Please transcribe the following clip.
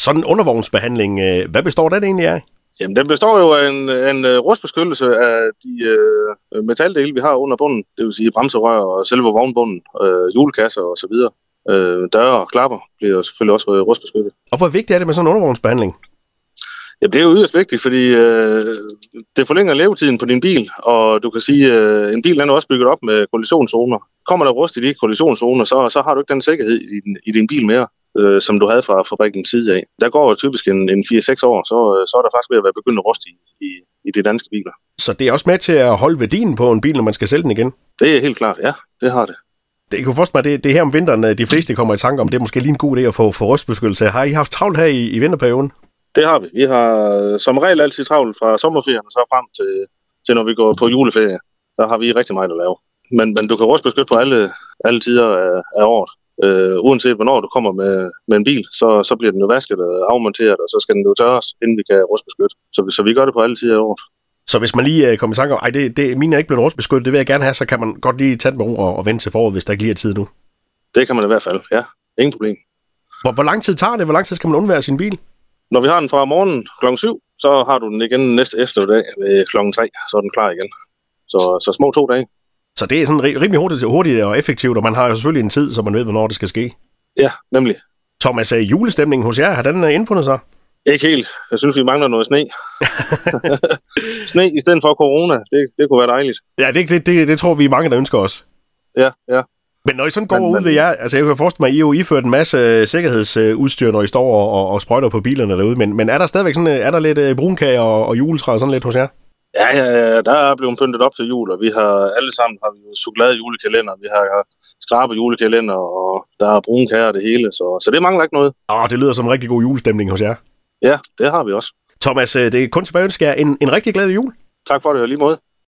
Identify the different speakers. Speaker 1: Sådan en undervognsbehandling, øh, hvad består den egentlig af?
Speaker 2: Jamen, den består jo af en, en øh, rustbeskyttelse af de øh, metaldele, vi har under bunden. Det vil sige bremserør og selve vognbunden, øh, julekasser og så videre. Øh, døre og klapper bliver jo selvfølgelig også øh, rustbeskyttet.
Speaker 1: Og hvor vigtigt er det med sådan en undervognsbehandling?
Speaker 2: Jamen, det er jo yderst vigtigt, fordi øh, det forlænger levetiden på din bil, og du kan sige, øh, en bil den er også bygget op med kollisionszoner. Kommer der rust i de kollisionszoner, så, så har du ikke den sikkerhed i din, i din bil mere, øh, som du havde fra fabrikkens side af. Der går jo typisk en, en 4-6 år, så, øh, så er der faktisk ved at være begyndt at ruste i, i, i de danske biler.
Speaker 1: Så det er også med til at holde værdien på en bil, når man skal sælge den igen?
Speaker 2: Det er helt klart, ja, det har det.
Speaker 1: Det jeg kunne forstå mig, det, det er her om vinteren, øh, de fleste kommer i tanke om, det er måske lige en god idé at få, få rustbeskyttelse. Har I haft travlt her i, i vinterperioden?
Speaker 2: Det har vi. Vi har øh, som regel altid travlt fra sommerferien og så frem til, til når vi går på juleferie. Der har vi rigtig meget at lave. Men, men du kan også beskytte på alle, alle tider af, af året. Øh, uanset hvornår du kommer med, med en bil, så, så bliver den jo vasket og afmonteret, og så skal den jo tørres, inden vi kan rustbeskytte. Så, vi- så vi gør det på alle tider af året.
Speaker 1: Så hvis man lige øh, kommer i tanke om, ej, det, det, mine er ikke blevet rustbeskyttet, det vil jeg gerne have, så kan man godt lige tage den med ro og, og vente til foråret, hvis der ikke lige er tid nu.
Speaker 2: Det kan man i hvert fald, ja. Ingen problem.
Speaker 1: Hvor, hvor lang tid tager det? Hvor lang tid skal man undvære sin bil?
Speaker 2: Når vi har den fra morgenen kl. 7, så har du den igen næste eftermiddag ved kl. 3, så er den klar igen. Så, så små to dage.
Speaker 1: Så det er sådan ri- rimelig hurtigt, hurtigt og effektivt, og man har jo selvfølgelig en tid, så man ved, hvornår det skal ske.
Speaker 2: Ja, nemlig.
Speaker 1: Thomas, øh, julestemningen hos jer, har den øh, indfundet sig?
Speaker 2: Ikke helt. Jeg synes, vi mangler noget sne. sne i stedet for corona, det, det kunne være dejligt.
Speaker 1: Ja, det, det, det, det tror vi er mange, der ønsker os.
Speaker 2: Ja, ja.
Speaker 1: Men når I sådan går
Speaker 2: Men-
Speaker 1: ud
Speaker 2: men-
Speaker 1: ved jer, altså jeg kan forestille mig, at I er jo iført en masse øh, sikkerhedsudstyr, når I står og, og, og sprøjter på bilerne derude, men, men er der stadigvæk sådan, øh, er der lidt øh, brunkager og, og juletræ og sådan lidt hos jer?
Speaker 2: Ja, ja, ja, der er blevet pyntet op til jul, og vi har alle sammen har vi jo chokolade julekalender, vi har skrabe julekalender, og der er brune kager og det hele, så, så det mangler ikke noget.
Speaker 1: Åh, det lyder som en rigtig god julestemning hos jer.
Speaker 2: Ja, det har vi også.
Speaker 1: Thomas, øh, det er kun tilbage at ønske jer en, en rigtig glad jul.
Speaker 2: Tak for det, og lige måde.